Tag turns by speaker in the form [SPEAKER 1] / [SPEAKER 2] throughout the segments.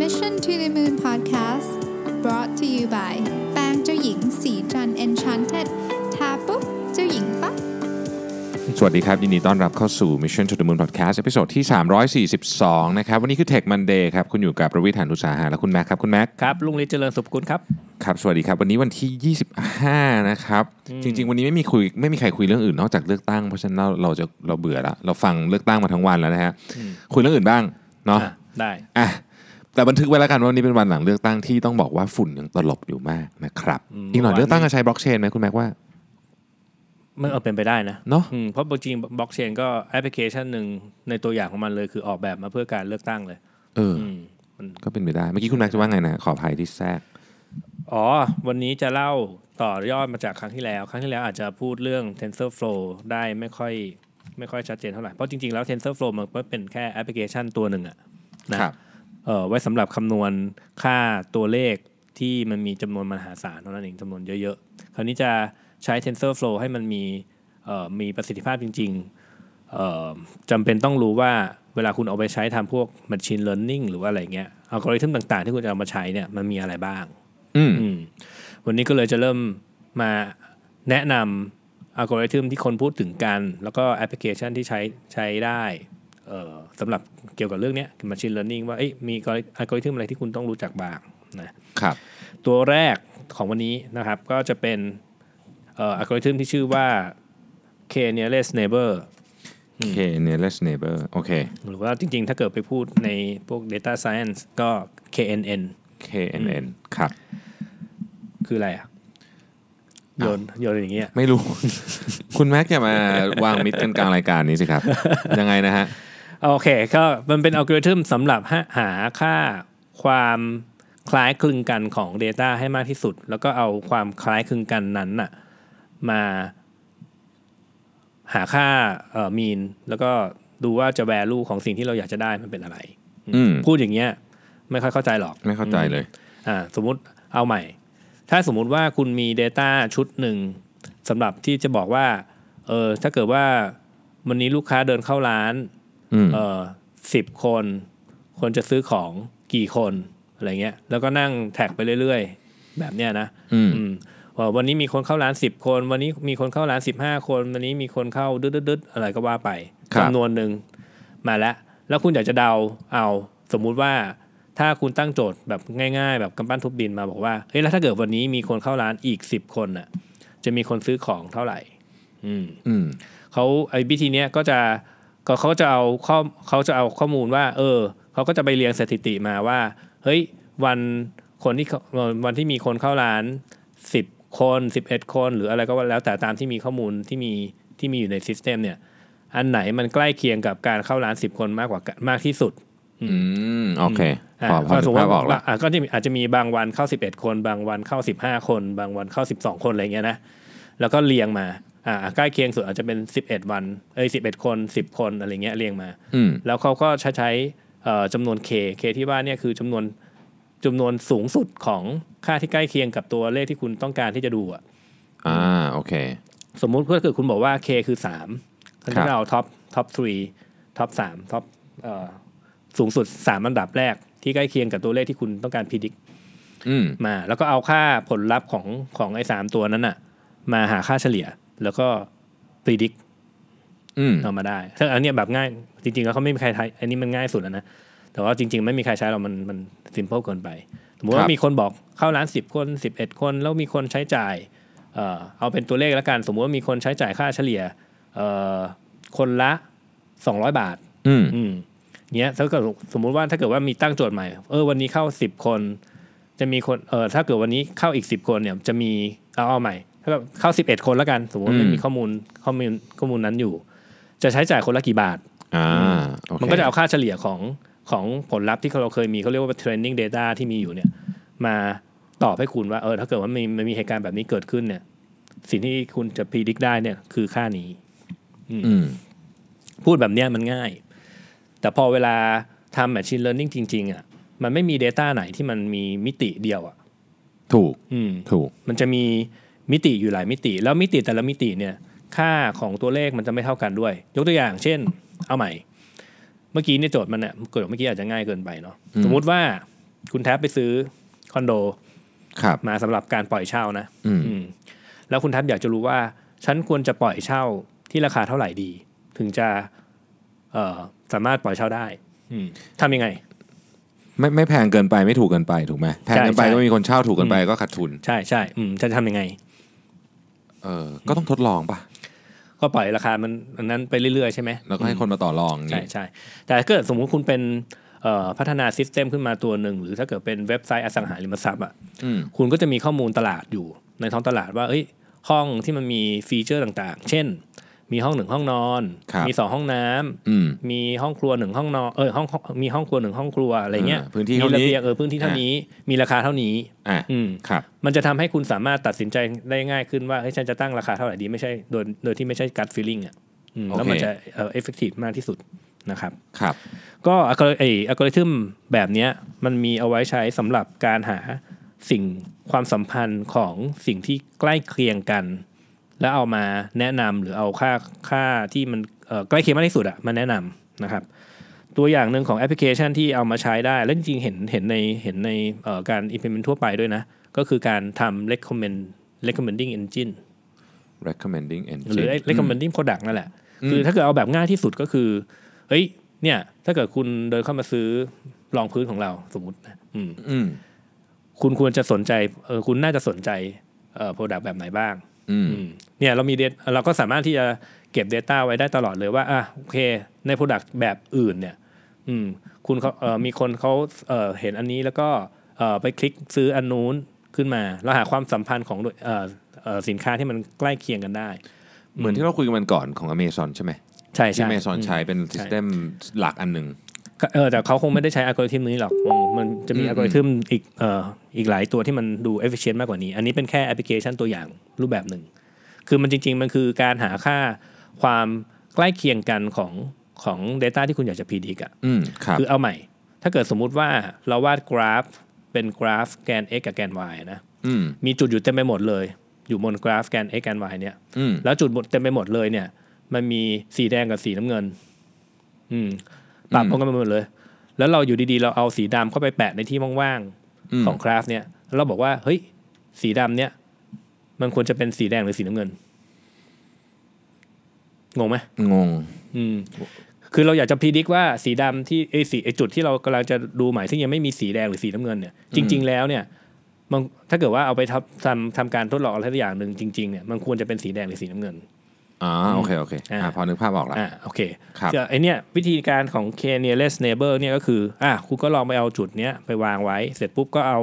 [SPEAKER 1] Mission to the Moon Podcast brought to you by แปรงเจ้าหญิงสีจัน Enchanted ทาปุ๊บเจ้าหญิงปั๊บ
[SPEAKER 2] สวัสดีครับ ยินดีต้อนรับเข้าสู่ Mission to the Moon Podcast ตอนที่ 342 นะครับ วันนี้คือ Tech Monday ครับ คุณอยู่กับประวิทยานุตสาหะและคุณแม็กครับ คุณแม็ก
[SPEAKER 3] ครับลุงลิศเจริญสุขกุลครับ
[SPEAKER 2] ครับ สวัสดีครับ วันนี้วันที่ 25 นะครับ จริง ๆ วันนี้ไม่มีคุยไม่มีใครคุยเรื่องอื่นนอกจากเลือกตั้ง เพราะฉะนั้นเราเราจะเราเบื่อละเราฟังเลือกตั้งมาทั้งวันแล้วนะฮะคุยเรื่องอื่นบ้างเนาะ
[SPEAKER 3] อ่ะ ได้
[SPEAKER 2] อ่ะแต่บันทึกไว้แล้วกันว่าวันนี้เป็นวันหลังเลือกตั้งที่ต้องบอกว่าฝุ่นยังตลบอยู่มากนะครับ
[SPEAKER 3] อืม
[SPEAKER 2] อีกหน่อยเลือกตั้งจะใช้บล็อกเชนไหมคุณแม็กว่า
[SPEAKER 3] มันเอาเป็นไปได้นะ
[SPEAKER 2] เนาะ
[SPEAKER 3] อืมเพราะจริงบล็อกเชนก็แอปพลิเคชันหนึ่งในตัวอย่างของมันเลยคือออกแบบมาเพื่อการเลือกตั้งเลย
[SPEAKER 2] เอออ
[SPEAKER 3] อืมมัน
[SPEAKER 2] ก็เป็นไปได้เมื่อกี้คุณแม็กจะว่าไงนะขออภัยที่แทรก
[SPEAKER 3] อ๋อ วันนี้จะเล่าต่อยอดมาจากครั้งที่แล้ว ครั้งที่แล้วอาจจะพูดเรื่อง TensorFlow ได้ไม่ค่อยไม่ค่อยชัดเจนเท่าไหร่ เพราะจริง ๆ แล้ว TensorFlow มันก็เป็นแค่แอปพลิเคชันตัวหนึ่งอะนะครับ เอ่อไว้สำหรับคำนวณค่าตัวเลขที่มันมีจำนวนมหาศาลเท่านั้นเองจำนวนเยอะๆ คราวนี้จะใช้ TensorFlow ให้มันมีเอ่อมีประสิทธิภาพจริง ๆ เอ่อจำเป็นต้องรู้ว่าเวลาคุณเอาไปใช้ทำพวก Machine Learning หรือว่าอะไรเงี้ยอัลกอริทึมต่างๆ ที่คุณจะเอามาใช้เนี่ยมันมีอะไรบ้าง
[SPEAKER 2] อืม
[SPEAKER 3] อืมวันนี้ก็เลยจะเริ่มมาแนะนำอัลกอริทึมที่คนพูดถึงกัน แล้วก็แอปพลิเคชันที่ใช้ใช้ได้เอ่อสำหรับเกี่ยวกับเรื่องเนี้ย Machine Learning ว่าเอ้ยมีอัลกอริทึมอะไรที่คุณต้องรู้จักบ้างนะ
[SPEAKER 2] ครับ
[SPEAKER 3] ตัวแรกของวันนี้นะครับก็จะเป็นเอัลกอริทึมที่ชื่อว่า K nearest neighbor
[SPEAKER 2] โอเค nearest neighbor โอเค
[SPEAKER 3] หรือว่าจริงๆ ถ้าเกิดไปพูดในพวก Data Science ก็ KNN
[SPEAKER 2] KNN ครับ
[SPEAKER 3] คืออะไรอ่ะ โยนโยนอย่างเงี้ย
[SPEAKER 2] ไม่รู้ คุณแม็กอย่ามาวางมิดกันกลางรายการนี้สิ ครับ ยังไงนะฮะ
[SPEAKER 3] โอเค ก็มันเป็นอัลกอริทึมสำหรับหาหาค่าความคล้ายคลึงกันของ Data ให้มากที่สุด แล้วก็เอาความคล้ายคลึงกันนั้นน่ะมาหาค่าเอ่อมีน แล้วก็ดูว่าจะ value ของสิ่งที่เราอยากจะได้มันเป็นอะไร
[SPEAKER 2] อืม
[SPEAKER 3] พูดอย่างเงี้ยไม่ค่อยเข้าใจหรอก
[SPEAKER 2] ไม่เข้าใจเลย
[SPEAKER 3] อ่าสมมุติเอาใหม่ ถ้าสมมุติว่าคุณมี Data ชุดหนึ่งสำหรับที่จะบอกว่าเออถ้าเกิดว่าวันนี้ลูกค้าเดินเข้าร้าน
[SPEAKER 2] อืม
[SPEAKER 3] เออสิบคน คนจะซื้อของกี่คนอะไรเงี้ยแล้วก็นั่งแท็กไปเรื่อยๆ แบบเนี้ยนะ
[SPEAKER 2] อืม
[SPEAKER 3] อืมว่าวันนี้มีคนเข้าร้านสิบคน วันนี้มีคนเข้าร้านสิบห้าคน วันนี้มีคนเข้าดึดๆๆอะไรก็ว่าไป
[SPEAKER 2] ครับ
[SPEAKER 3] จำนวนหนึ่งมาแล้ว แล้วคุณอยากจะเดาเอาสมมุติว่า ถ้าคุณตั้งโจทย์แบบง่ายๆ แบบกำปั้นทุบดินมาบอกว่าเฮ้ยแล้วถ้าเกิดวันนี้มีคนเข้าร้านอีกสิบคนน่ะ จะมีคนซื้อของเท่าไหร่ อืม
[SPEAKER 2] อืม
[SPEAKER 3] เขาไอ้วิธีเนี้ยก็จะก็เขาจะเอาข้อเขาจะเอาข้อมูลว่า เออเขาก็จะไปเรียงสถิติมาว่า เฮ้ยวันคนที่เขาวันที่มีคนเข้าร้านสิบคนสิบเอ็ดคนหรืออะไรก็ว่าแล้วแต่ตามที่มีข้อมูลที่มีที่มีอยู่ในซิสเต็มเนี่ย อันไหนมันใกล้เคียงกับการเข้าร้านสิบคนมากกว่ากันมากที่สุด
[SPEAKER 2] อืม โอเค
[SPEAKER 3] อ่ะ
[SPEAKER 2] พอพอ
[SPEAKER 3] ก็สมม
[SPEAKER 2] ภาพ
[SPEAKER 3] ติ
[SPEAKER 2] ออกแล้ว
[SPEAKER 3] ว่าอ่ะก็จะมีอาจจะมีบางวันเข้า 11 คน บางวันเข้า 15 คน บางวันเข้า 12 คนอะไรเงี้ยนะแล้วก็เรียงมาอ่าใกล้เคียงสุดอาจจะเป็น 11 วันเอ้ย11 คน 10 คนอะไรเงี้ยเรียงมา
[SPEAKER 2] อืม
[SPEAKER 3] แล้วเขาก็ใช้ใช้เอ่อจำนวน K K ที่ว่าเนี่ยคือจำนวนจำนวนสูงสุดของค่าที่ใกล้เคียงกับตัวเลขที่คุณต้องการที่จะดูอะ
[SPEAKER 2] อ่า โอเค
[SPEAKER 3] สมมุติก็คือคุณบอกว่า K คือ3ก็
[SPEAKER 2] ครั
[SPEAKER 3] จะ
[SPEAKER 2] บ
[SPEAKER 3] เอาท็อปท็อป3ท็อป3ท็อปเอ่อสูงสุดสามอันดับแรกที่ใกล้เคียงกับตัวเลขที่คุณต้องการพิจิ
[SPEAKER 2] อืม
[SPEAKER 3] มาแล้วก็เอาค่าผลลัพธ์ของของไอ้สามตัวนั้นน่ะ มาหาค่าเฉลี่ย แล้วก็พิจิก
[SPEAKER 2] อืม
[SPEAKER 3] เอามาได้ซึ่งอันเนี้ยแบบง่าย จริงๆแล้วเขาไม่มีใครใช้อันนี้มันง่ายสุดแล้วนะ แต่ว่าจริง ๆ ไม่มีใครใช้เรามันมันซิมเพิลเกินไปสมมติ
[SPEAKER 2] ครั
[SPEAKER 3] ว่า
[SPEAKER 2] บ
[SPEAKER 3] มีคนบอกเข้าร้านสิบคนสิบเอ็ดคน แล้วมีคนใช้จ่ายเอ่อเอาเป็นตัวเลขแล้วกัน สมมติว่ามีคนใช้จ่ายค่าเฉลี่ยเอ่อคนละสองร้อยบาท
[SPEAKER 2] อืม
[SPEAKER 3] อืมเนี้ยถ้าเกิดสมมุติว่าถ้าเกิดว่ามีตั้งโจทย์ใหม่ เออวันนี้เข้าสิบคน จะมีคนเออถ้าเกิดวันนี้เข้าอีกสิบคนเนี่ยจะมีเอาเอาใหม่ถ้าเกิดเข้าสิบเอ็ดคนแล้วกัน สมมติว่า
[SPEAKER 2] อืม
[SPEAKER 3] ไม่มีข้อมูลข้อมูลข้อมูลนั้นอยู่ จะใช้จ่ายคนละกี่บาท
[SPEAKER 2] อ่า โอเค
[SPEAKER 3] มันก็จะเอาค่าเฉลี่ยของของผลลัพธ์ที่เราเคยมีเขาเรียกว่า training data ที่มีอยู่เนี่ยมาตอบให้คุณว่าเออถ้าเกิดว่ามีมันมีเหตุการณ์แบบนี้เกิดขึ้นเนี่ย สิ่งที่คุณจะพิจิตได้เนี่ยคือค่านี้
[SPEAKER 2] อืม
[SPEAKER 3] พูดแบบเนี้ยมันง่าย แต่พอเวลาทำ Machine Learning จริง ๆ อ่ะ มันไม่มี Data ไหนที่มันมีมิติเดียวอ่ะ
[SPEAKER 2] ถูก
[SPEAKER 3] อืม
[SPEAKER 2] ถูก
[SPEAKER 3] มันจะมีมิติอยู่หลายมิติ แล้วมิติแต่ละมิติเนี่ย ค่าของตัวเลขมันจะไม่เท่ากันด้วย ยกตัวอย่าง เช่น เอาใหม่ เมื่อกี้เนี่ยโจทย์มันเนี่ยกฎเมื่อกี้อาจจะง่ายเกินไปเนาะ สมมุติว่า คุณแท็บไปซื้อคอนโด
[SPEAKER 2] ครับ
[SPEAKER 3] มาสำหรับการปล่อยเช่านะ
[SPEAKER 2] อืม
[SPEAKER 3] อืมแล้วคุณแท็บอยากจะรู้ว่า ฉันควรจะปล่อยเช่าที่ราคาเท่าไหร่ดี ถึงจะ เอ่อสามารถปล่อยเช่าได้ อืมทำยังไง
[SPEAKER 2] ไม่ไม่แพงเกินไปไม่ถูกเกินไปถูกไหมแพงเกินไป
[SPEAKER 3] ใช่ใช่
[SPEAKER 2] ก็มีคนเช่าถูกเกินไปก็ขาดทุน
[SPEAKER 3] ใช่ใช่อืมจะทำยังไง
[SPEAKER 2] เออก็ต้องทดลองป่ะ
[SPEAKER 3] ก็ปล่อยราคามันอันนั้นไปเรื่อยๆใช่ไหม
[SPEAKER 2] แล้วก็ให้
[SPEAKER 3] อืม
[SPEAKER 2] คนมาต่อรองอย่าง
[SPEAKER 3] ใช่
[SPEAKER 2] งี้
[SPEAKER 3] ใช่แต่ถ้าเกิดสมมุติคุณเป็นเอ่อพัฒนาซิสเต็มขึ้นมาตัวหนึ่ง หรือถ้าเกิดเป็นเว็บไซต์อสังหาริมทรัพย์อ่ะ
[SPEAKER 2] อืม
[SPEAKER 3] คุณก็จะมีข้อมูลตลาดอยู่ในท้องตลาดว่าเอ้ยห้องที่มันมีฟีเจอร์ต่างๆ เช่น มีห้องหนึ่งห้องนอน มีสองห้องน้ำ
[SPEAKER 2] อืม
[SPEAKER 3] มีห้องครัวหนึ่งห้องนอนเออห้องมีห้องครัวหนึ่งห้องครัวอะไรเงี้ย
[SPEAKER 2] อ่าพื้นที่
[SPEAKER 3] มี
[SPEAKER 2] เท่านี้
[SPEAKER 3] ระเบียงเออพื้นที่เท่านี้มีราคาเท่านี้
[SPEAKER 2] อ่ะ
[SPEAKER 3] อืม
[SPEAKER 2] ครับ
[SPEAKER 3] มันจะทำให้คุณสามารถตัดสินใจได้ง่ายขึ้นว่าเฮ้ยฉันจะตั้งราคาเท่าไหร่ดีไม่ใช่โดยโดยที่ไม่ใช่การฟีลิ่งอ่ะอืมแล้วมัน
[SPEAKER 2] โอเค
[SPEAKER 3] จะเออเอฟเฟกตีฟมากที่สุดนะครับ
[SPEAKER 2] ครับ
[SPEAKER 3] ก็อัลกอริไออัลกอริทึมแบบเนี้ยมันมีเอาไว้ใช้สำหรับการหาสิ่งความสัมพันธ์ของสิ่งที่ใกล้เคียงกัน แล้วเอามาแนะนำหรือเอาค่าค่าที่มันเอ่อใกล้เคียงมากที่สุดอะมาแนะนำนะครับ ตัวอย่างหนึ่งของแอปพลิเคชันที่เอามาใช้ได้ แล้วจริงๆเห็นเห็นในเห็นในเอ่อการ implement ทั่วไปด้วยนะ ก็คือการทำ recommend recommending engine
[SPEAKER 2] อืม recommending engine
[SPEAKER 3] หรือไอ้ recommending product นั่นแหละ
[SPEAKER 2] อืม
[SPEAKER 3] คือถ้าเกิดเอาแบบง่ายที่สุดก็คือ เฮ้ย เนี่ย ถ้าเกิดคุณเดินเข้ามาซื้อรองพื้นของเราสมมตินะอืม
[SPEAKER 2] อืม
[SPEAKER 3] คุณควรจะสนใจ เออ คุณน่าจะสนใจ เอ่อ product แบบไหนบ้าง
[SPEAKER 2] อืม
[SPEAKER 3] อืมเนี่ยเรามี data เราก็สามารถที่จะเก็บ Data ไว้ได้ตลอดเลยว่าอ่ะโอเค ใน Product แบบอื่นเนี่ยอืมคุณเขาเอ่อมีคนเขาเอ่อเห็นอันนี้แล้วก็เอ่อไปคลิกซื้ออันนู้นขึ้นมา แล้วหาความสัมพันธ์ของเอ่อเอ่อสินค้าที่มันใกล้เคียงกันได้
[SPEAKER 2] เหมือนที่เราคุยกันวันก่อนของ Amazon ใช่ไหม
[SPEAKER 3] ใช่
[SPEAKER 2] ที่
[SPEAKER 3] ใช่
[SPEAKER 2] Amazon
[SPEAKER 3] อืม
[SPEAKER 2] ใช้เป็น system หลักอันหนึ่ง
[SPEAKER 3] เออแต่เขาคงไม่ได้ใช้อัลกอริทึมนี้หรอกอืมมันจะมี
[SPEAKER 2] อืม
[SPEAKER 3] อัลกอริทึมอีกเอ่ออีกหลายตัวที่มันดูเอฟ i c i e n t มากกว่านี้ อันนี้เป็นแค่แอปพลิเคชันตัวอย่างรูปแบบหนึ่ง คือมันจริง ๆ มันคือการหาค่าความใกล้เคียงกันของของ Data ที่คุณอยากจะพีดีกอะ
[SPEAKER 2] อืมครับ
[SPEAKER 3] คือเอาใหม่ ถ้าเกิดสมมุติว่าเราวาดกราฟเป็นกราฟแกน x กับแกน y นะ
[SPEAKER 2] อืม
[SPEAKER 3] มีจุดอยู่เต็มไปหมดเลย อยู่บนกราฟแกน x แกน y เนี่ย
[SPEAKER 2] อืม
[SPEAKER 3] แล้วจุดหมดเต็มไปหมดเลยเนี่ย มันมีสีแดงกับสีน้ำเงิน อืมปรับเข้ากันไปหมดเลย แล้วเราอยู่ดีๆ เราเอาสีดำเข้าไปแปะในที่ว่าง
[SPEAKER 2] ม
[SPEAKER 3] ๆของคราฟเนี่ยแล้วเราบอกว่าเฮ้ย สีดำเนี่ย มันควรจะเป็นสีแดงหรือสีน้ำเงินงงไหม
[SPEAKER 2] งง
[SPEAKER 3] อืม คือเราอยากจะพิจิกว่าสีดำที่ไอยสีไอจุดที่เรากำลังจะดูหมายซึ่งยังไม่มีสีแดงหรือสีน้ำเงินเนี่ยจริง ๆแล้วเนี่ยมันถ้าเกิดว่าเอาไปทำทำทำการทดลองอะไรสักอย่างหนึ่งจริงๆเนี่ยมันควรจะเป็นสีแดงหรือสีน้ำเงิน
[SPEAKER 2] อ๋อโอเค โอเคอ่า
[SPEAKER 3] อ่า
[SPEAKER 2] พอนึกภาพออกละ
[SPEAKER 3] อ่าโอเค
[SPEAKER 2] ครับ
[SPEAKER 3] เดี๋ยวไอเนี้ยวิธีการของ k n e a r e s t neighbor เนี่ยก็คืออ่ะคุณก็ลองไปเอาจุดเนี้ยไปวางไว้ เสร็จปุ๊บก็เอา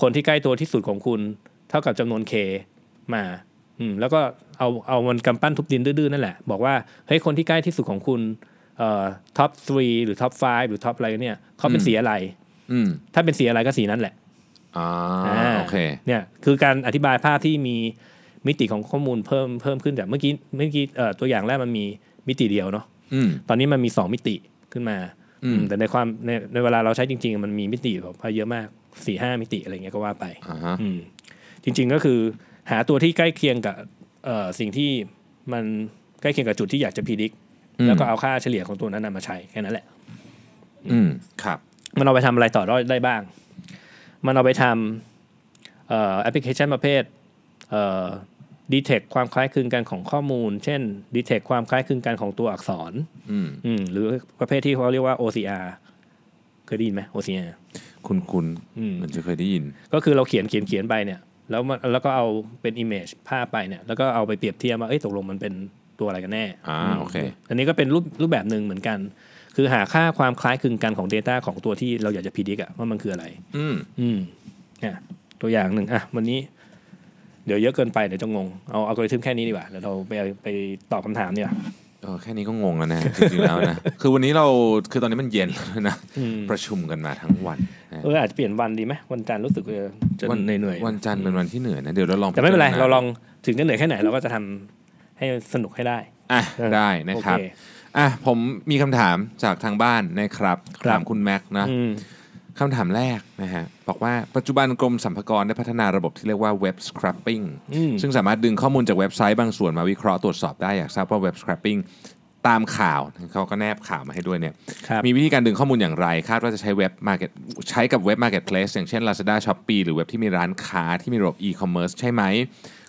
[SPEAKER 3] คนที่ใกล้ตัวที่สุดของคุณ เท่ากับจำนวน k มาอืมแล้วก็เอาเอามันกำปั้นทุบดินดื้อๆนั่นแหละ บอกว่าเฮ้ยคนที่ใกล้ที่สุดของคุณเอ่อท็อป3หรือท็อป5หรือท็อปอะไรเนี่ยเขาเป็น
[SPEAKER 2] อืม
[SPEAKER 3] สีอะไร
[SPEAKER 2] อืม
[SPEAKER 3] ถ้าเป็นสีอะไรก็สีนั้นแหละ
[SPEAKER 2] อ๋อ
[SPEAKER 3] อ่า
[SPEAKER 2] โอเค
[SPEAKER 3] เนี่ยคือการอธิบายภาพที่มีมิติของข้อมูลเพิ่มเพิ่มขึ้นจากเมื่อกี้เมื่อกี้เอ่อตัวอย่างแรกมันมีมิติเดียวเนาะ
[SPEAKER 2] อืม
[SPEAKER 3] ตอนนี้มันมี 2 มิติขึ้นมา
[SPEAKER 2] อืม
[SPEAKER 3] แต่ในความในในเวลาเราใช้จริงๆ มันมีมิติแบบว่าเยอะมาก4ี่ห้ามิติอะไรเงี้ยก็ว่าไป
[SPEAKER 2] อ่าฮะ
[SPEAKER 3] อืม จริงๆก็คือหาตัวที่ใกล้เคียงกับเอ่อสิ่งที่มันใกล้เคียงกับจุดที่อยากจะพิจิกแล้วก็เอาค่าเฉลี่ยของตัวนั้นนะมาใช้แค่นั้นแหละ
[SPEAKER 2] อืมครับ
[SPEAKER 3] มันเอาไปทำอะไรต่อได้บ้าง มันเอาไปทำเอ่อแอปพลิเคชันประเภทเอ่อดีเทคความคล้ายคลึงกันของข้อมูล เช่นดีเทคความคล้ายคลึงกันของตัวอักษร
[SPEAKER 2] อืม
[SPEAKER 3] อืมหรือประเภทที่เขาเรียกว่า OCR เคยได้ยินไหม OCR
[SPEAKER 2] คุณคุณ
[SPEAKER 3] อืม
[SPEAKER 2] เหมือนจะเคยได้ยิน
[SPEAKER 3] ก็คือเราเขียนเขียนเขียนไปเนี่ย แล้วมันแล้วก็เอาเป็น image ภาพไปเนี่ย แล้วก็เอาไปเปรียบเทียบว่าเอ้ยตกลงมันเป็นตัวอะไรกันแน่
[SPEAKER 2] อ่าม โอเค
[SPEAKER 3] อันนี้ก็เป็นรูปรูปแบบหนึ่งเหมือนกัน คือหาค่าความคล้ายคลึงกันของ Data ของตัวที่เราอยากจะพิจิกอะว่ามันคืออะไร
[SPEAKER 2] อืม
[SPEAKER 3] อืมอ่ะตัวอย่างหนึ่งอ่ะวันนี้ เดี๋ยวเยอะเกินไปเดี๋ยวจะงงเอาเอากริทึมแค่นี้ดีกว่าเดี๋ยวเราไปไปตอบคำถามดีกว่า
[SPEAKER 2] เออแค่นี้ก็งง แล้วนะ จริงๆแล้วนะ คือวันนี้เราคือตอนนี้มันเย็นแล้วนะ
[SPEAKER 3] อืม
[SPEAKER 2] ประชุมกันมาทั้งวันนะ
[SPEAKER 3] เอออาจจะเปลี่ยนวันดีไหมวันจันทร์รู้สึกจะจะ
[SPEAKER 2] วั
[SPEAKER 3] เหนื่อยๆ
[SPEAKER 2] วันจันทร์เป็นวันที่เหนื่อยนะ เดี๋ยวเราลอง
[SPEAKER 3] แต่ไม่เป็นไร
[SPEAKER 2] พิจ
[SPEAKER 3] เรา
[SPEAKER 2] ณ
[SPEAKER 3] ลองถึงจะเหนื่อยแค่ไหนเราก็จะทำให้สนุกให้ได้
[SPEAKER 2] อ่ะ
[SPEAKER 3] เออ
[SPEAKER 2] ได้นะ
[SPEAKER 3] โอ
[SPEAKER 2] ค
[SPEAKER 3] เค
[SPEAKER 2] รับ อ่ะผมมีคำถามจากทางบ้านนะครับ
[SPEAKER 3] ครับ
[SPEAKER 2] ถามคุณแม็กซ์นะ
[SPEAKER 3] อืม
[SPEAKER 2] คำถามแรกนะฮะบอกว่าปัจจุบันกรมสรรพากรได้พัฒนาระบบที่เรียกว่า web scraping
[SPEAKER 3] อืม
[SPEAKER 2] ซึ่งสามารถดึงข้อมูลจากเว็บไซต์บางส่วนมาวิเคราะห์ตรวจสอบได้อยากทราบว่า web scraping ตามข่าวเขาก็แนบข่าวมาให้ด้วยเนี่ย
[SPEAKER 3] ครับ
[SPEAKER 2] มีวิธีการดึงข้อมูลอย่างไร คาดว่าจะใช้เว็บ Market ใช้กับเว็บ Marketplace อย่างเช่น Lazada Shopee หรือเว็บที่มีร้านค้าที่มีระบบ e-commerce ใช่ไหม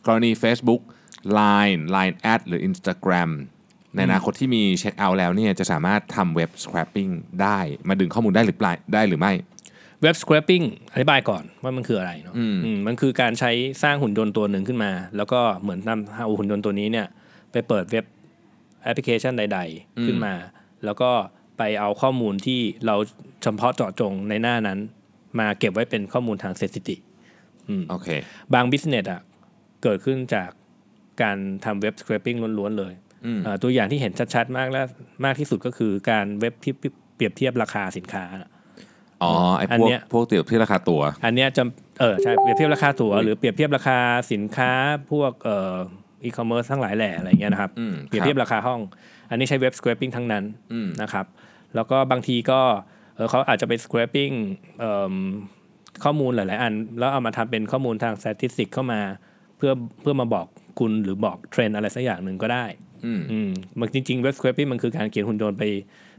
[SPEAKER 2] กรณี Facebook Line Line Ad หรือ Instagram ในอนาคตที่มีเช็คเอาท์แล้วเนี่ยจะสามารถทำเว็บ scrapping ได้มาดึงข้อมูลได้หรือเปล่าได้หรือไม่
[SPEAKER 3] เว็บ scraping อธิบายก่อนว่ามันคืออะไรเนาะอืมมันคือการใช้สร้างหุ่นยนต์ตัวหนึ่งขึ้นมา แล้วก็เหมือนนำเอาหุ่นยนต์ตัวนี้เนี่ย ไปเปิดเว็บแอปพลิเคชันใด ๆ ขึ้นมา แล้วก็ไปเอาข้อมูลที่เราเฉพาะเจาะจงในหน้านั้น มาเก็บไว้เป็นข้อมูลทางสถิติ
[SPEAKER 2] โอเค
[SPEAKER 3] บางบิสเนสอ่ะเกิดขึ้นจากการทำเว็บ scraping ล้วนๆเลยเอ่อตัวอย่างที่เห็นชัดๆมากและมากที่สุดก็คือการเว็บที่เปรียบเทียบราคาสินค้าน่ะ
[SPEAKER 2] อ๋อ ไอ้
[SPEAKER 3] อัน
[SPEAKER 2] พวก
[SPEAKER 3] เนี้ย
[SPEAKER 2] พวกเตี๋ยวที่ราคาตัว
[SPEAKER 3] อันเนี้ยจะเออใช่เปรียบเทียบราคาตั๋วหรือเปรียบเทียบราคาสินค้าพวกเอ่ออีคอมเมิร์ซทั้งหลายแหล่อะไรเงี้ยนะครับ
[SPEAKER 2] อืม
[SPEAKER 3] เปรียบเทียบราคาห้อง อันนี้ใช้เว็บ scraping ทั้งนั้น
[SPEAKER 2] อืม
[SPEAKER 3] นะครับ แล้วก็บางทีก็เอ่อเขาอาจจะไป scraping เอิ่มข้อมูลหลาย ๆ อัน แล้วเอามาทำเป็นข้อมูลทาง statistics เข้ามาเพื่อเพื่อมาบอกคุณหรือบอกเทรนด์อะไรสักอย่างหนึ่งก็ได้
[SPEAKER 2] อืม
[SPEAKER 3] อืมมันจริง ๆ เว็บ scraping มันคือการเขียนหุ่นยนต์ไป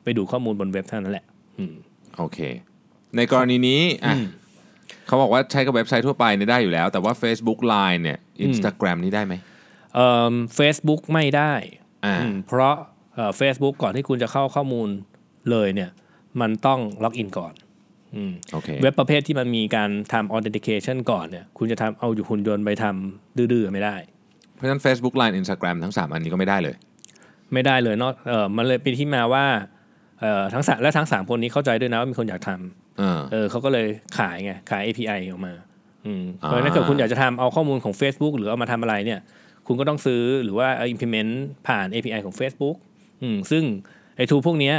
[SPEAKER 3] ไปดูข้อมูลบนเว็บเท่านั้นแหละอืม
[SPEAKER 2] โอเค ในกรณีนี้อ่ะเขาบอกว่าใช้กับเว็บไซต์ทั่วไปเนี่ยได้อยู่แล้ว แต่ว่า Facebook Line เนี่ย Instagram นี่ได้ไหม
[SPEAKER 3] เอ่อ Facebook ไม่ได้
[SPEAKER 2] อ่า
[SPEAKER 3] อืมเพราะเอ่อ Facebook ก่อนที่คุณจะเข้าข้อมูลเลยเนี่ย มันต้องล็อกอินก่อนอืม
[SPEAKER 2] โอเค
[SPEAKER 3] เว็บประเภทที่มันมีการทำ authentication ก่อนเนี่ย คุณจะทำเอาอยู่หุ่นยนต์ไปทำดื้อๆไม่ได้
[SPEAKER 2] เพราะฉะนั้น Facebook Line Instagram ทั้ง 3 อันนี้ก็ไม่ได้เลย
[SPEAKER 3] ไม่ได้เลยนอกเออมันเลยเป็นที่มาว่าเอ่อทั้งสามและทั้งสามคนนี้เข้าใจด้วยนะว่ามีคนอยากทำ
[SPEAKER 2] เออ
[SPEAKER 3] เออเขาก็เลยขายไง ขาย API ออกมาอืมเพ
[SPEAKER 2] อ่า
[SPEAKER 3] ราะฉะนั้นถ้าเกิดคุณอยากจะทำเอาข้อมูลของ Facebook หรือเอามาทำอะไรเนี่ย คุณก็ต้องซื้อหรือว่าเอา implement ผ่าน API ของ Facebook อืมซึ่งไอ้ tool พวกเนี้ย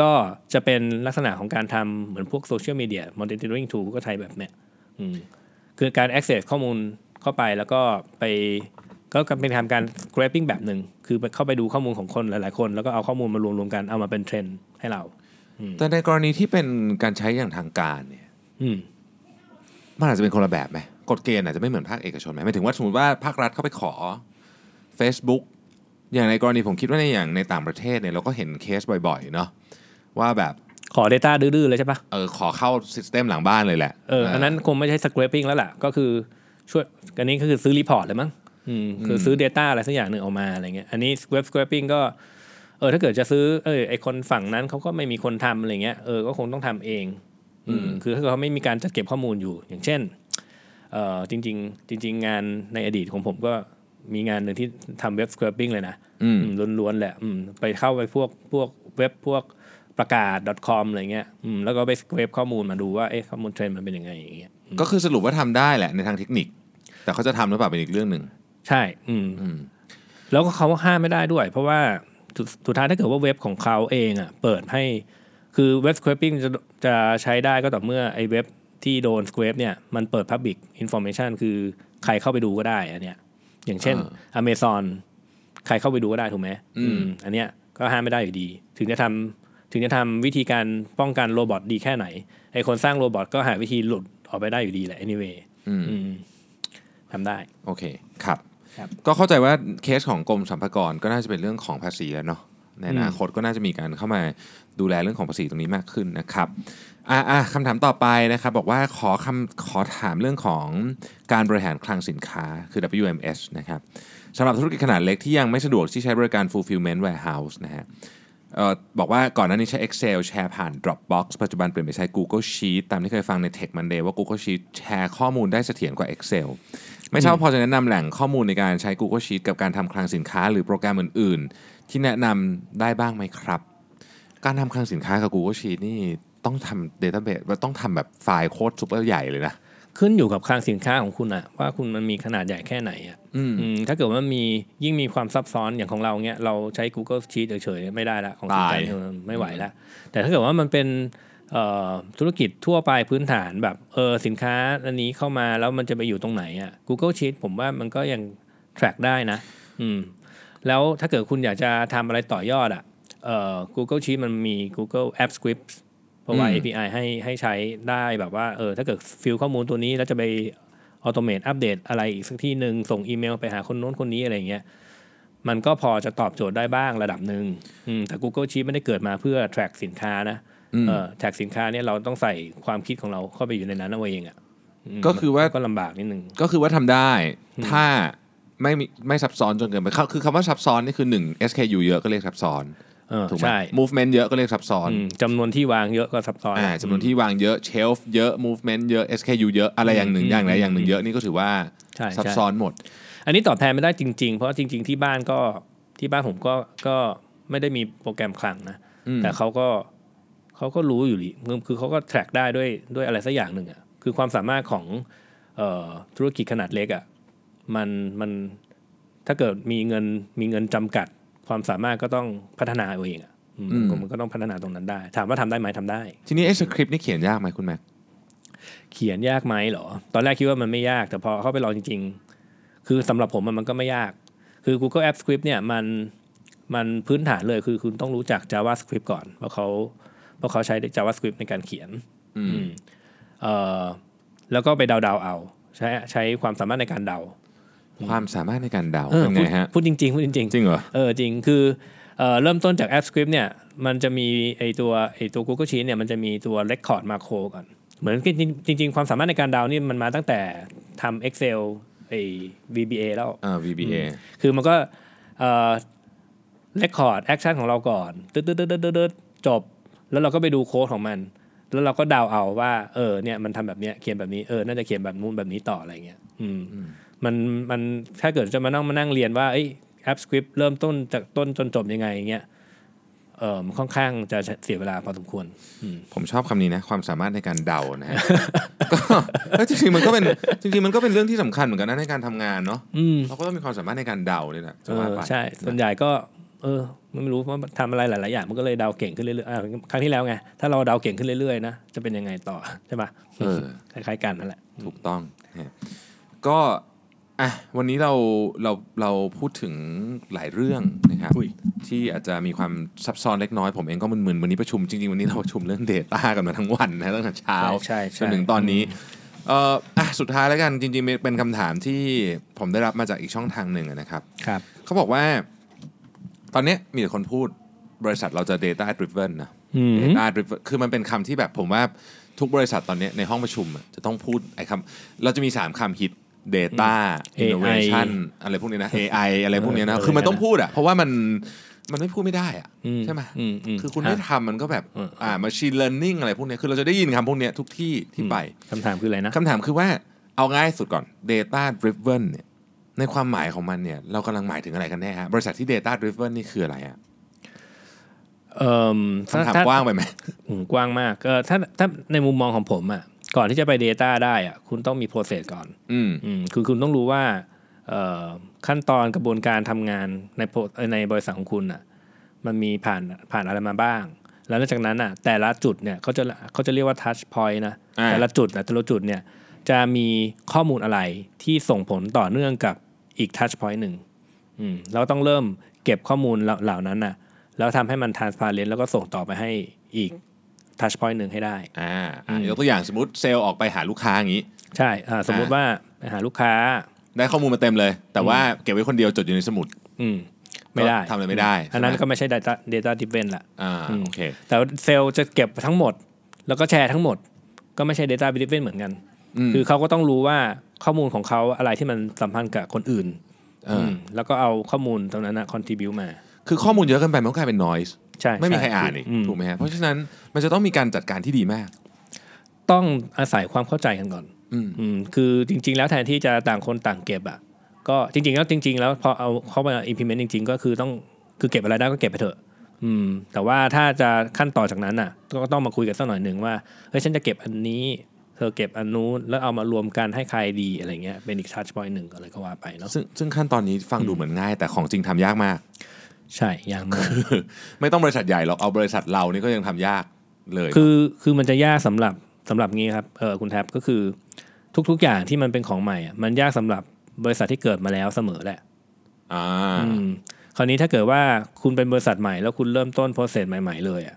[SPEAKER 3] ก็จะเป็นลักษณะของการทำเหมือนพวก social media monitoring tool ก็ใช้แบบเนี้ยอืมคือการ access ข้อมูลเข้าไปแล้วก็ไปก็เป็นทำการ scraping แบบหนึ่งคือไปเข้าไปดูข้อมูลของคนหลาย ๆ คน แล้วก็เอาข้อมูลมารวมๆกันเอามาเป็นเทรนด์ให้เรา
[SPEAKER 2] แต่ในกรณีที่เป็นการใช้อย่างทางการเนี่ย
[SPEAKER 3] อืม
[SPEAKER 2] มันอาจจะเป็นคนละแบบไหมกฎเกณฑ์อาจจะไม่เหมือนภาคเอกชนไหมหมายถึงว่าสมมติว่าภาครัฐเข้าไปขอ Facebook อย่างในกรณีผมคิดว่าในอย่างในต่างประเทศเนี่ยเราก็เห็นเคสบ่อยๆเนาะว่าแบบ
[SPEAKER 3] ขอ Data ดื้อๆเลยใช่ปะ
[SPEAKER 2] เออขอเข้าซิสเต็มหลังบ้านเลยแหละ
[SPEAKER 3] เอออันนั้นคงไม่ใช่ scraping แล้วล่ะ ก็คือช่วยอันนี้ก็คือซื้อรีพอร์ตเลยมั้งอืมคือซื้อ Data อะไรสักอย่างหนึ่งออกมาอะไรเงี้ยอันนี้เว็บ scraping ก็เออถ้าเกิดจะซื้อเออไอคนฝั่งนั้นเขาก็ไม่มีคนทำอะไรเงี้ยเออก็คงต้องทำเองอืมคือถ้าเกิดเขาไม่มีการจัดเก็บข้อมูลอยู่ อย่างเช่นเออจริง ๆ จริง ๆ งานในอดีตของผมก็มีงานหนึ่งที่ทำเว็บ scraping เลยนะ
[SPEAKER 2] อืม
[SPEAKER 3] อืมล้วนๆแหละอืมไปเข้าไปพวกพวกเว็บพวกประกาศ .com อะไรเงี้ยอืมแล้วก็ไปเว็บข้อมูลมาดูว่าเอ๊ะข้อมูลเทรนด์มันเป็นยังไงอย่างเงี้ย
[SPEAKER 2] ก็คือสรุปว่าทำได้แหละในทางเทคนิค แต่เขาจะทำหรือเปล่าเป็นอีกเรื่องหนึ่ง
[SPEAKER 3] ใช่อืม
[SPEAKER 2] อืม
[SPEAKER 3] แล้วก็เขาห้ามไม่ได้ด้วย เพราะว่าสุดสุดท้ายถ้าเกิดว่าเว็บของเขาเองอ่ะเปิดให้คือเว็บ scraping จะจะใช้ได้ก็ต่อเมื่อไอ้เว็บที่โดน scrape เนี่ยมันเปิด public information คือใครเข้าไปดูก็ได้อันเนี้ยอย่างเช่น Amazon ใครเข้าไปดูก็ได้ถูกไหมอืม อันเนี้ยก็ห้ามไม่ได้อยู่ดี ถึงจะทำถึงจะทำวิธีการป้องกันโรบอทดีแค่ไหน ไอคนสร้างโรบอทก็หาวิธีหลุดออกไปได้อยู่ดีแหละ anyway อืมทำได้
[SPEAKER 2] โอเคครับ
[SPEAKER 3] ครับ
[SPEAKER 2] ก็เข้าใจว่าเคสของกรมสรรพากรก็น่าจะเป็นเรื่องของภาษีแล้วเนาะในอนาคตก็น่าจะมีการเข้ามาดูแลเรื่องของภาษีตรงนี้มากขึ้นนะครับอ่าอ่าคำถามต่อไปนะครับ บอกว่าขอคำขอถามเรื่องของการบริหารคลังสินค้าคือ WMS นะครับสำหรับธุรกิจขนาดเล็กที่ยังไม่สะดวกที่ใช้บริการ fulfillment warehouse นะฮะ เอ่อบอกว่าก่อนหน้านี้ใช้ Excel แชร์ผ่าน Dropbox ปัจจุบันเปลี่ยนไปใช้ Google Sheet ตามที่เคยฟังใน Tech Monday ว่า Google Sheet แชร์ข้อมูลได้เสถียรกว่า Excel ไม่ทราบว่าพอจะแนะนำแหล่งข้อมูลในการใช้ Google Sheet กับการทำคลังสินค้าหรือโปรแกรมอื่น ๆ ที่แนะนำได้บ้างไหมครับ การทำคลังสินค้ากับ Google Sheet นี่ต้องทำ database ว่าต้องทำแบบไฟล์โคตรซุปเปอร์ใหญ่เลยนะ
[SPEAKER 3] ขึ้นอยู่กับคลังสินค้าของคุณอะว่าคุณมันมีขนาดใหญ่แค่ไหนอะอืมถ้าเกิดว่ามียิ่งมีความซับซ้อนอย่างของเราเนี้ยเราใช้ Google Sheet เฉยๆไม่ได้ละของสินค้า
[SPEAKER 2] ตาย
[SPEAKER 3] เออไม่ไหวละแต่ถ้าเกิดว่ามันเป็นเอ่อธุรกิจทั่วไปพื้นฐานแบบเออสินค้าอันนี้เข้ามาแล้วมันจะไปอยู่ตรงไหนอะ Google Sheet ผมว่ามันก็ยัง track ได้นะ อืมแล้วถ้าเกิดคุณอยากจะทำอะไรต่อยอดอะเอ่อ Google Sheet มันมี Google App Scripts เพราะว่า
[SPEAKER 2] อืม
[SPEAKER 3] API ให้ให้ใช้ได้แบบว่าเออถ้าเกิดฟิลข้อมูลตัวนี้แล้วจะไปออโตเมตอัปเดตอะไรอีกสักที่หนึ่งส่งอีเมลไปหาคนโน้นคนนี้อะไรอย่างเงี้ย มันก็พอจะตอบโจทย์ได้บ้างระดับหนึ่งอืมแต่ Google Sheet ไม่ได้เกิดมาเพื่อ track สินค้านะเออ track สินค้าเนี่ยเราต้องใส่ความคิดของเราเข้าไปอยู่ในนั้นเอาเองอะม
[SPEAKER 2] ก็คือว่า
[SPEAKER 3] ก็ลำบากนิดนึง
[SPEAKER 2] ก็คือว่าทำได้ถ้าไม่มีไม่ซับซ้อนจนเกินไปคือคือคำว่าซับซ้อนนี่คือหนึ่ง SKU เยอะก็เรียกซับซ้อน
[SPEAKER 3] เออ
[SPEAKER 2] ถูกไหม
[SPEAKER 3] ใช่
[SPEAKER 2] movement เยอะก็เรียกซับซ้อน
[SPEAKER 3] อืมจำนวนที่วางเยอะก็ซับซ้อน
[SPEAKER 2] อ่าจำนวนที่วางเยอะเชลฟ์เยอะ movement เยอะ SKU เยอะอะไรอย่างหนึ่ง
[SPEAKER 3] อืม
[SPEAKER 2] อย่างไหน
[SPEAKER 3] อืม
[SPEAKER 2] อย่างหนึ่งเยอะนี่ก็ถือว่า
[SPEAKER 3] ใช่ใช่
[SPEAKER 2] ซับซ้อนหมด
[SPEAKER 3] อันนี้ตอบแทนไม่ได้จริง ๆ เพราะจริง ๆ ที่บ้านก็ที่บ้านผมก็ก็ไม่ได้มีโปรแกรมคลังนะ
[SPEAKER 2] อืม
[SPEAKER 3] แต่เขาก็เขาก็รู้อยู่ดีคือคือเขาก็แทร็กได้ด้วยด้วยอะไรสักอย่างหนึ่งอะ่ะคือความสามารถของเออธุรกิจขนาดเล็กอะ่ะมันมันถ้าเกิดมีเงินมีเงินจำกัด ความสามารถก็ต้องพัฒนาเอาเองอะ่ะอืมมันก็ต้องพัฒนาตรงนั้นได้ ถามว่าทำได้ไหมทำได้
[SPEAKER 2] ทีนี้ไอ้สคริปต์นี่เขียนยากไหมคุณแม็ก
[SPEAKER 3] เขียนยากไหมเหรอ ตอนแรกคิดว่ามันไม่ยาก แต่พอเข้าไปลองจริง ๆ คือสำหรับผมอะมันก็ไม่ยาก คือ Google App Script เนี่ยมันมันพื้นฐานเลยคือคุณต้องรู้จัก JavaScript ก่อน เพราะเขาเพราะเขาใช้ JavaScript ในการเขียน
[SPEAKER 2] อืม
[SPEAKER 3] อืมเอ่อแล้วก็ไปเดาๆเอา ใช้ใช้ความสามารถในการเดา
[SPEAKER 2] ความสามารถในการเดา
[SPEAKER 3] เออ
[SPEAKER 2] เป็นไงฮะ
[SPEAKER 3] พูดพูดจริงๆพูดจริง
[SPEAKER 2] จริงเหรอ
[SPEAKER 3] ๆเออจริงคือเอ่อเริ่มต้นจาก App Script เนี่ยมันจะมีไอตัวไอตัว Google Sheet เนี่ยมันจะมีตัว Record Macro ก่อน เหมือนจริงๆจริง ๆ ความสามารถในการดาวน์นี่มันมาตั้งแต่ทำ Excel ไอ้ VBA แล้ว
[SPEAKER 2] อ่า VBA
[SPEAKER 3] คือมันก็เอ่อ record action ของเราก่อนตึ๊ดตึ๊ดตึ๊ดตึ๊ดตึ๊ดตึ๊ดจบ แล้วเราก็ไปดูโค้ดของมัน แล้วเราก็เดาวเอาว่า เออเนี่ยมันทำแบบเนี้ยเขียนแบบนี้เออน่าจะเขียนแบบนู้นแบบนี้ต่ออะไรเงี้ยอืมมันมันถ้าเกิดจะมานั่งมานั่งเรียนว่าไอ้แอปสคริปต์เริ่มต้นจากต้นจนจบยังไงเงี้ยเออมันค่อนข้างจะเสียเวลาพอสมควร
[SPEAKER 2] ผมชอบคำนี้นะ ความสามารถในการเดานะฮะ ก็เอ้ยจริงๆมันก็เป็นจริงๆมันก็เป็นเรื่องที่สำคัญเหมือนกันนะในการทำงานเนาะ
[SPEAKER 3] อืม
[SPEAKER 2] เราก็ต้องมีความสามารถในการเดาเนี่ยแหละจะ
[SPEAKER 3] เอ
[SPEAKER 2] ว่า
[SPEAKER 3] อ
[SPEAKER 2] ไป
[SPEAKER 3] ใช่ ส่วนใหญ่ก็ เออ ไม่รู้ว่าทำอะไรหลาย ๆ อย่างมันก็เลยเดาเก่งขึ้นเรื่อย ๆอ่าครั้งที่แล้วไง ถ้าเราเดาเก่งขึ้นเรื่อย ๆ นะ จะเป็นยังไงต่อ ใช่ปะ
[SPEAKER 2] เออ
[SPEAKER 3] คล้าย ๆ กันนั่นแหละ
[SPEAKER 2] ถูกต้องนะฮะก็อ่ะวันนี้เราเราเราพูดถึงหลายเรื่องนะครับ
[SPEAKER 3] อุ้ย
[SPEAKER 2] ที่อาจจะมีความซับซ้อนเล็กน้อย ผมเองก็มึนๆวันนี้ประชุมจริงๆ วันนี้เราประชุมเรื่อง Data กันมาทั้งวันนะตั้งแต่เช้า
[SPEAKER 3] ใช่
[SPEAKER 2] จนถึงตอนนี้เอ่ออ่ะสุดท้ายแล้วกันจริงๆ เป็นคำถามที่ผมได้รับมาจากอีกช่องทางหนึ่งนะครับ
[SPEAKER 3] ครับ
[SPEAKER 2] เขาบอกว่า ตอนเนี้ยมีแต่คนพูดบริษัทเราจะ Data Driven นะ
[SPEAKER 3] อืม
[SPEAKER 2] Data Driven คือมันเป็นคำที่แบบผมว่าทุกบริษัทตอนเนี้ยในห้องประชุมอะจะต้องพูดไอ้คำเราจะมี 3คำฮิต Data
[SPEAKER 3] AI
[SPEAKER 2] Innovation อะไรพวกนี้นะ AI อะไรพวกนี้นะ
[SPEAKER 3] เออ
[SPEAKER 2] คือมัน
[SPEAKER 3] เออ
[SPEAKER 2] ต้องพูดอะเพราะว่ามันมันไม่พูดไม่ได้อะ
[SPEAKER 3] อืม
[SPEAKER 2] ใช่ไหม
[SPEAKER 3] อืมอืม
[SPEAKER 2] คือคุณไม่
[SPEAKER 3] ฮะ
[SPEAKER 2] ทำมันก็แบบอ่า machine learning อะไรพวกเนี้ยคือเราจะได้ยินคำพวกเนี้ยทุกที่ที่ไป
[SPEAKER 3] คำถามคืออะไรนะ
[SPEAKER 2] คำถามคือว่าเอาง่ายสุดก่อน Data Driven เนี่ยในความหมายของมันเนี่ยเรากำลังหมายถึงอะไรกันแน่ฮะบริษัทที่ Data Driven นี่คืออะไรฮะ
[SPEAKER 3] เอ่อถ้
[SPEAKER 2] คำถาม
[SPEAKER 3] ถ้
[SPEAKER 2] กว้างไปไหม
[SPEAKER 3] อืมกว้างมากเออถ้าถ้าในมุมมองของผมอ่ะ ก่อนที่จะไป Data ได้อ่ะ คุณต้องมีโปรเซสก่อน
[SPEAKER 2] อืม
[SPEAKER 3] อืมคือคุณต้องรู้ว่าเอ่อขั้นตอนกระบวนการทำงานในโปรเอ่อในบริษัทของคุณอ่ะมันมีผ่านผ่านอะไรมาบ้าง แล้วหลังจากนั้นอ่ะแต่ละจุดเนี่ยเขาจะเขาจะเรียกว่า touch point นะ
[SPEAKER 2] อ่า
[SPEAKER 3] แต่ละจุดนะแต่ละจุดเนี่ยจะมีข้อมูลอะไรที่ส่งผลต่อเนื่องกับอีก touch point หนึ่งอืมเราต้องเริ่มเก็บข้อมูลเหล่าเหล่านั้นน่ะแล้วทำให้มัน transparent แล้วก็ส่งต่อไปให้อีก touch point หนึ่งให้ได้
[SPEAKER 2] อ่าอ่ะยกตัวอย่างสมมติเซลล์ออกไปหาลูกค้าอย่างนี้
[SPEAKER 3] ใช่อ่าสมมุติว่าไปหาลูกค้า
[SPEAKER 2] ได้ข้อมูลมาเต็มเลย แต่ว่าเก็บไว้คนเดียวจดอยู่ในสมุด
[SPEAKER 3] อืมไม่ได้
[SPEAKER 2] ก็ทำอะไรไม่ได้
[SPEAKER 3] อันนั้น
[SPEAKER 2] ใช่ไหม
[SPEAKER 3] ก็ไม่ใช่ Data Data Driven ละ
[SPEAKER 2] อ่า
[SPEAKER 3] อืม
[SPEAKER 2] โอเค
[SPEAKER 3] แต่เซลล์จะเก็บทั้งหมด แล้วก็แชร์ทั้งหมด ก็ไม่ใช่ Data Driven เหมือนกัน
[SPEAKER 2] อืม
[SPEAKER 3] คือเขาก็ต้องรู้ว่าข้อมูลของเขาอะไรที่มันสัมพันธ์กับคนอื่น
[SPEAKER 2] เอออ
[SPEAKER 3] มแล้วก็เอาข้อมูลตรงนั้นนะ contribu มา
[SPEAKER 2] คือข้อมูลเยอะเกินไปมันก็กลายเป็น noise
[SPEAKER 3] ใช่
[SPEAKER 2] ไม่มีใครอ่านอีก
[SPEAKER 3] ม
[SPEAKER 2] ถูกไหมฮะเพราะฉะนั้นมันจะต้องมีการจัดการที่ดีมาก
[SPEAKER 3] ต้องอาศัยความเข้าใจกันก่อน
[SPEAKER 2] อืม
[SPEAKER 3] มคือจริง ๆ แล้วแทนที่จะต่างคนต่างเก็บอ่ะ ก็จริง ๆ แล้วจริง ๆ แล้วพอเอาเข้ามา implement จริง ๆ ก็คือต้องคือเก็บอะไรได้ก็เก็บไปเถอะ อืม แต่ว่าถ้าจะขั้นต่อจากนั้นน่ะ ก็ต้องมาคุยกันสักหน่อยหนึ่งว่าเฮ้ยฉันจะเก็บอันนี้ เธอเก็บอันนู้นแล้วเอามารวมกันให้ใครดีอะไรเงี้ยเป็นอีก touch point หนึ่งอะไรก็ว่าไปเนาะ
[SPEAKER 2] ซึ่งซึ่งขั้นตอนนี้ฟังดูเหมือนง่าย แต่ของจริงทำยากมาก
[SPEAKER 3] ใช่อย่างมาก
[SPEAKER 2] ไม่ต้องบริษัทใหญ่หรอกเอาบริษัทเรานี่ก็ยังทำยากเลย
[SPEAKER 3] คือคือมันจะยากสำหรับสำหรับงี้ครับเออคุณแท็บก็คือทุก ๆ อย่างที่มันเป็นของใหม่อะมันยากสำหรับบริษัทที่เกิดมาแล้วเสมอแหละ
[SPEAKER 2] อ่า
[SPEAKER 3] อืมคราวนี้ถ้าเกิดว่าคุณเป็นบริษัทใหม่แล้วคุณเริ่มต้นโปรเซสใหม่ ๆ เลยอะ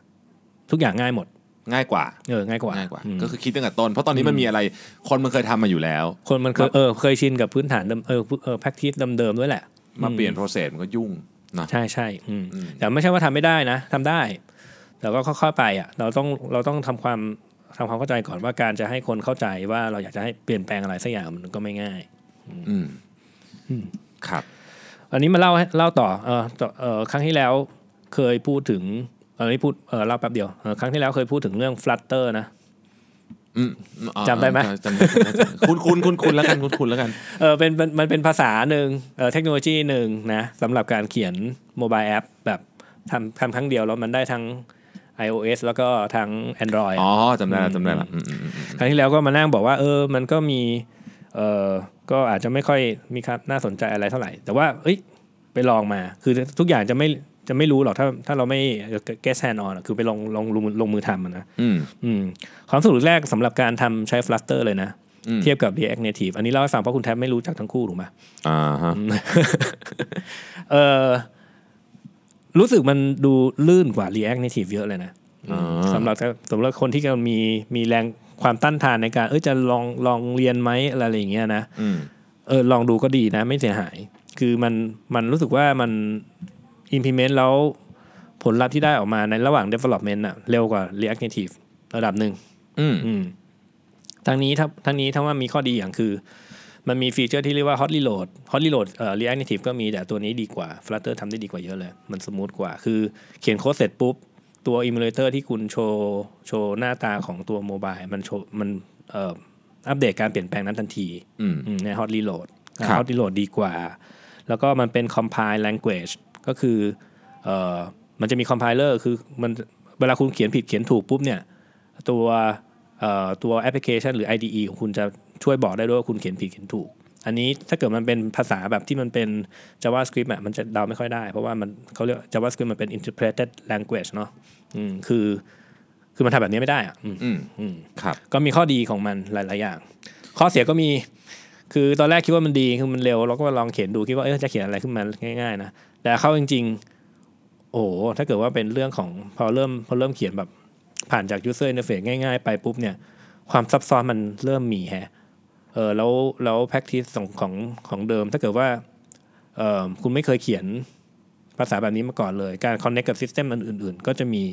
[SPEAKER 3] ทุกอย่างง่ายหมด
[SPEAKER 2] ง่ายกว่า
[SPEAKER 3] เออง่ายกว่า
[SPEAKER 2] ง่ายกว่า
[SPEAKER 3] อืม
[SPEAKER 2] ก็คือคิดตั้งแต่ต้นเพราะตอนนี้มันมีอะไรคนมันเคยทำมาอยู่แล้ว
[SPEAKER 3] คนมันเคยเออเคยชินกับพื้นฐานเดิมเออเออ practice เดิมๆด้วยแหละ
[SPEAKER 2] มาเปลี่ยนโปรเซสมันก็ยุ่งนะ
[SPEAKER 3] ใช่ใช่อืม
[SPEAKER 2] อืม
[SPEAKER 3] แต่ไม่ใช่ว่าทำไม่ได้นะทำได้แต่ก็ค่อยๆไปอ่ะ เราต้องเราต้องทำความทำความเข้าใจก่อนว่าการจะให้คนเข้าใจว่าเราอยากจะให้เปลี่ยนแปลงอะไรสักอย่างมันก็ไม่ง่าย
[SPEAKER 2] อืมครับ
[SPEAKER 3] อันนี้มาเล่าให้เล่าต่อเออต่อเออครั้งที่แล้วเคยพูดถึงอันนี้พูดเออเล่าแป๊บเดียวเออครั้งที่แล้วเคยพูดถึงเรื่อง flutter นะ
[SPEAKER 2] อืมอ๋อ
[SPEAKER 3] จำได้ไหม
[SPEAKER 2] จำได้จำได้จำได้คุณคุณคุณคุณแล้วกันคุณคุณแล้วกัน
[SPEAKER 3] เออเป็นเป็นมันเป็นภาษาหนึ่งเออเทคโนโลยีหนึ่งนะสำหรับการเขียนโมบายแอปแบบทำทำครั้งเดียวแล้วมันได้ทั้ง iOS แล้วก็ทั้ง Android
[SPEAKER 2] อ๋อจำได้ละจำได้ละอืมอืมอืม
[SPEAKER 3] ครั้งที่แล้วก็มานั่งบอกว่าเออมันก็มีเออก็อาจจะไม่ค่อยมีครับน่าสนใจอะไรเท่าไหร่ แต่ว่าเอ้ยไปลองมาคือทุกอย่างจะไม่จะไม่รู้หรอกถ้าถ้าเราไม่ get hand on อะคือไปลองลองลงลงมือทำอะนะ
[SPEAKER 2] อืม
[SPEAKER 3] อืมความสนุกแรกสำหรับการทำใช้ Flutter เลยนะ
[SPEAKER 2] อืม
[SPEAKER 3] เทียบกับ React Native อันนี้เล่าให้ฟังเพราะคุณแทบไม่รู้จักทั้งคู่ถูกไหม
[SPEAKER 2] อ่าฮะ
[SPEAKER 3] เออรู้สึกมันดูลื่นกว่า React Native เยอะเลยนะ
[SPEAKER 2] อ่า
[SPEAKER 3] สำหรับสำหรับคนที่กำลังมีมีแรงความต้านทานในการ เอยจะลองลองเรียนไหมอะไรอย่างเงี้ยนะ
[SPEAKER 2] อืม
[SPEAKER 3] เออลองดูก็ดีนะไม่เสียหาย คือมันมันรู้สึกว่ามัน implement แล้วผลลัพธ์ที่ได้ออกมาในระหว่าง development อะเร็วกว่า React Native ระดับหนึ่ง
[SPEAKER 2] อืม
[SPEAKER 3] อืมทั้งนี้ถ้าทั้งนี้ถ้าว่ามีข้อดีอย่างคือ มันมีฟีเจอร์ที่เรียกว่า hot reload hot reload เอ่อ react native ก็มีแต่ตัวนี้ดีกว่า flutter ทำได้ดีกว่าเยอะเลย มันสมูทกว่า คือเขียนโค้ดเสร็จปุ๊บ ตัว emulator ที่คุณโชว์ โชว์หน้าตาของตัวโมบายมันโชว์มันเอ่ออัปเดตการเปลี่ยนแปลงนั้นทันที
[SPEAKER 2] อืม
[SPEAKER 3] อืมใน Hot Reload อ่า
[SPEAKER 2] ครับ
[SPEAKER 3] Hot Reload ดีกว่า แล้วก็มันเป็น compile language ก็คือเอ่อมันจะมี compiler คือมันเวลาคุณเขียนผิดเขียนถูกปุ๊บเนี่ยตัวเอ่อตัวแอปพลิเคชันหรือ IDE ของคุณจะช่วยบอกได้ด้วยว่าคุณเขียนผิดเขียนถูก อันนี้ถ้าเกิดมันเป็นภาษาแบบที่มันเป็น JavaScript อะมันจะเดาไม่ค่อยได้ เพราะว่ามันเขาเรียก JavaScript มันเป็น interpreted language เนาะอืมคือคือมันทำแบบนี้ไม่ได้อะอืม
[SPEAKER 2] อืม
[SPEAKER 3] อืม
[SPEAKER 2] ครับ
[SPEAKER 3] ก็มีข้อดีของมันหลาย ๆ อย่าง ข้อเสียก็มี คือตอนแรกคิดว่ามันดี คือมันเร็ว แล้วก็มาลองเขียนดูคิดว่าเออจะเขียนอะไรขึ้นมาง่าย ๆ นะ แต่เข้าจริง ๆ โอ้โหถ้าเกิดว่าเป็นเรื่องของพอเริ่มพอเริ่มเขียนแบบผ่านจาก user interface ง่าย ๆ ไปปุ๊บเนี่ย ความซับซ้อนมันเริ่มมีแฮะ เออแล้วแล้ว practice ของของของเดิม ถ้าเกิดว่าเออคุณไม่เคยเขียนภาษาแบบนี้มาก่อนเลย การ connect กับ system อันอื่น ๆ ก็จะมี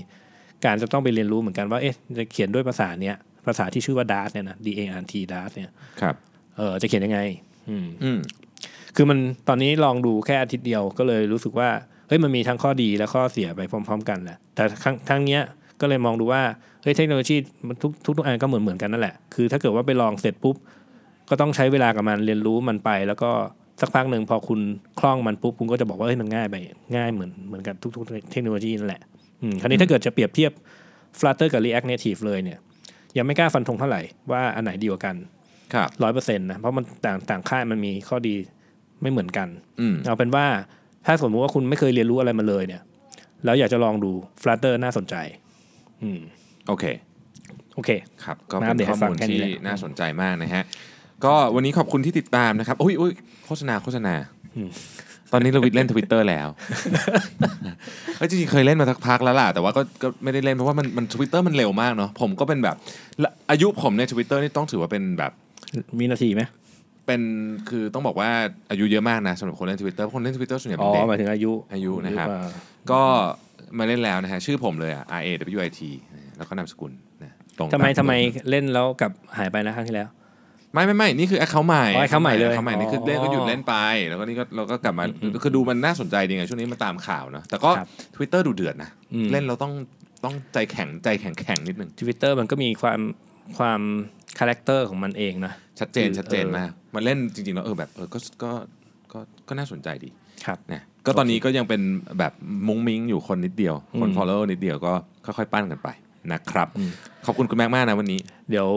[SPEAKER 3] การจะต้องไปเรียนรู้เหมือนกันว่า เอ๊ะ จะเขียนด้วยภาษาเนี้ย ภาษาที่ชื่อว่า Dart เนี่ยนะ D A R T Dart เนี่ย
[SPEAKER 2] ครับ
[SPEAKER 3] เออจะเขียนยังไง อืม
[SPEAKER 2] อืม
[SPEAKER 3] คือมันตอนนี้ลองดูแค่อาทิตย์เดียวก็เลยรู้สึกว่า เฮ้ย มันมีทั้งข้อดีและข้อเสียไปพร้อม ๆ กันแหละ แต่ครั้งครั้งเนี้ยก็เลยมองดูว่า เฮ้ย เทคโนโลยีมันทุกทุกทุกอันก็เหมือนเหมือนกันนั่นแหละ คือถ้าเกิดว่าไปลองเสร็จปุ๊บ ก็ต้องใช้เวลากับมันเรียนรู้มันไป แล้วก็สักพักหนึ่งพอคุณคล่องมันปุ๊บคุณก็จะบอกว่าเฮ้ยมันง่ายไปง่ายเหมือนเหมือนกับทุกๆเทคโนโลยีนั่นแหละอืมคราวนี้ถ้าเกิดจะเปรียบเทียบ Flutter กับ React Native เลยเนี่ย ยังไม่กล้าฟันธงเท่าไหร่ว่าอันไหนดีกว่ากัน
[SPEAKER 2] ครับ
[SPEAKER 3] ร้อยเปอร์เซ็นต์นะเพราะมันต่างต่างค่ายมันมีข้อดีไม่เหมือนกัน
[SPEAKER 2] อืม
[SPEAKER 3] เอาเป็นว่าถ้าสมมติว่าคุณไม่เคยเรียนรู้อะไรมาเลยเนี่ย แล้วอยากจะลองดู Flutter น่าสนใจ อืม
[SPEAKER 2] โอเค
[SPEAKER 3] โอเค
[SPEAKER 2] ครับ ก็เป็น
[SPEAKER 3] น้ำเดี๋ยว
[SPEAKER 2] ข้อ
[SPEAKER 3] ให้ฟัง
[SPEAKER 2] มูล
[SPEAKER 3] แค่
[SPEAKER 2] ที่
[SPEAKER 3] นี้แหละ
[SPEAKER 2] น่าสนใจมากนะฮะ ก็วันนี้ขอบคุณที่ติดตามนะครับ อุ้ยอุ้ยโฆษณาโฆษณา
[SPEAKER 3] อืม
[SPEAKER 2] ตอนนี้เราวิดเล่นทวิตเตอร์ แล้วเอ้ยจริงๆเคยเล่นมาสักพักแล้วล่ะ แต่ว่าก็ก็ไม่ได้เล่นเพราะว่ามันมันทวิตเตอร์มันเร็วมากเนาะ ผมก็เป็นแบบและอายุผมในทวิตเตอร์นี่ต้องถือว่าเป็นแบบ
[SPEAKER 3] มีนาทีไหม
[SPEAKER 2] เป็นคือต้องบอกว่าอายุเยอะมากนะสำหรับคนเล่นทวิตเตอร์คนเล่นทวิตเตอร์ส่วนใหญ่
[SPEAKER 3] อ๋
[SPEAKER 2] เป็
[SPEAKER 3] อน
[SPEAKER 2] เด็ก
[SPEAKER 3] หมายถึงอายุ
[SPEAKER 2] อายุนะครับ
[SPEAKER 3] หอเปล่า
[SPEAKER 2] ก็มาเล่นแล้วนะฮะ ชื่อผมเลยอะ R A W I T แล้วก็นามสกุลนะตรง
[SPEAKER 3] ทำไม
[SPEAKER 2] ตาม
[SPEAKER 3] ทำไมเล่นแล้วกลับหายไปนะครั้งที่แล้ว
[SPEAKER 2] ไม่ไม่ไม่นี่คือ account ใหม่
[SPEAKER 3] อ๋อ account ใหม่เลย
[SPEAKER 2] account ใหม่นี่คือเล่นก็หยุดเล่นไป แล้วก็นี่ก็เราก็กลับมาคือดูมันน่าสนใจดีไงช่วงนี้มาตามข่าวนะแต่ก็
[SPEAKER 3] ครับ
[SPEAKER 2] Twitter ดูเดือดนะ
[SPEAKER 3] อืม
[SPEAKER 2] เล่นเราต้องต้องใจแข็งใจแข็งแข็งนิดนึง
[SPEAKER 3] Twitter มันก็มีความความคาแรคเตอร์ของมันเองนะ
[SPEAKER 2] ชัดเจน
[SPEAKER 3] คือ
[SPEAKER 2] ชัดเจน
[SPEAKER 3] เออ
[SPEAKER 2] มากมาเล่นจริงๆแล้วเออแบบเออก็ก็ก็ก็น่าสนใจดี
[SPEAKER 3] ครับ
[SPEAKER 2] นะก็ตอนนี้ก็ยังเป็นแบบมุ้งมิ้งอยู่คนนิดเดียว คน
[SPEAKER 3] อืม
[SPEAKER 2] follow นิดเดียวก็ค่อยๆปั้นกันไปนะครับ
[SPEAKER 3] อืม
[SPEAKER 2] ขอบคุณคุณแม็กมากนะวันนี้
[SPEAKER 3] เดี๋ยว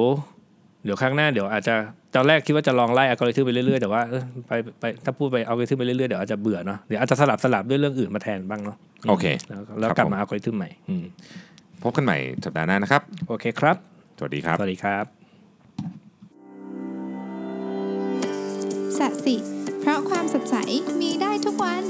[SPEAKER 3] เดี๋ยวครั้งหน้าเดี๋ยวอาจจะตอนแรกคิดว่าจะลองไล่อัลกอริทึมไปเรื่อยๆแต่ว่าเออไปไปถ้าพูดไปอัลกอริทึมไปเรื่อยๆเดี๋ยวอาจจะเบื่อเนาะเดี๋ยวอาจจะสลับสลับด้วยเรื่องอื่นมาแทนบ้างเนาะ
[SPEAKER 2] โอเค
[SPEAKER 3] แล้วแล้วกลับมาอัลกอริทึมใหม่อืม
[SPEAKER 2] พบกันใหม่สัปดาห์หน้านะครับ
[SPEAKER 3] โอเคครับ
[SPEAKER 2] สวัสดีครับ
[SPEAKER 3] สวัสดีครับ
[SPEAKER 1] สัสิ เพราะความสดใสมีได้ทุกวัน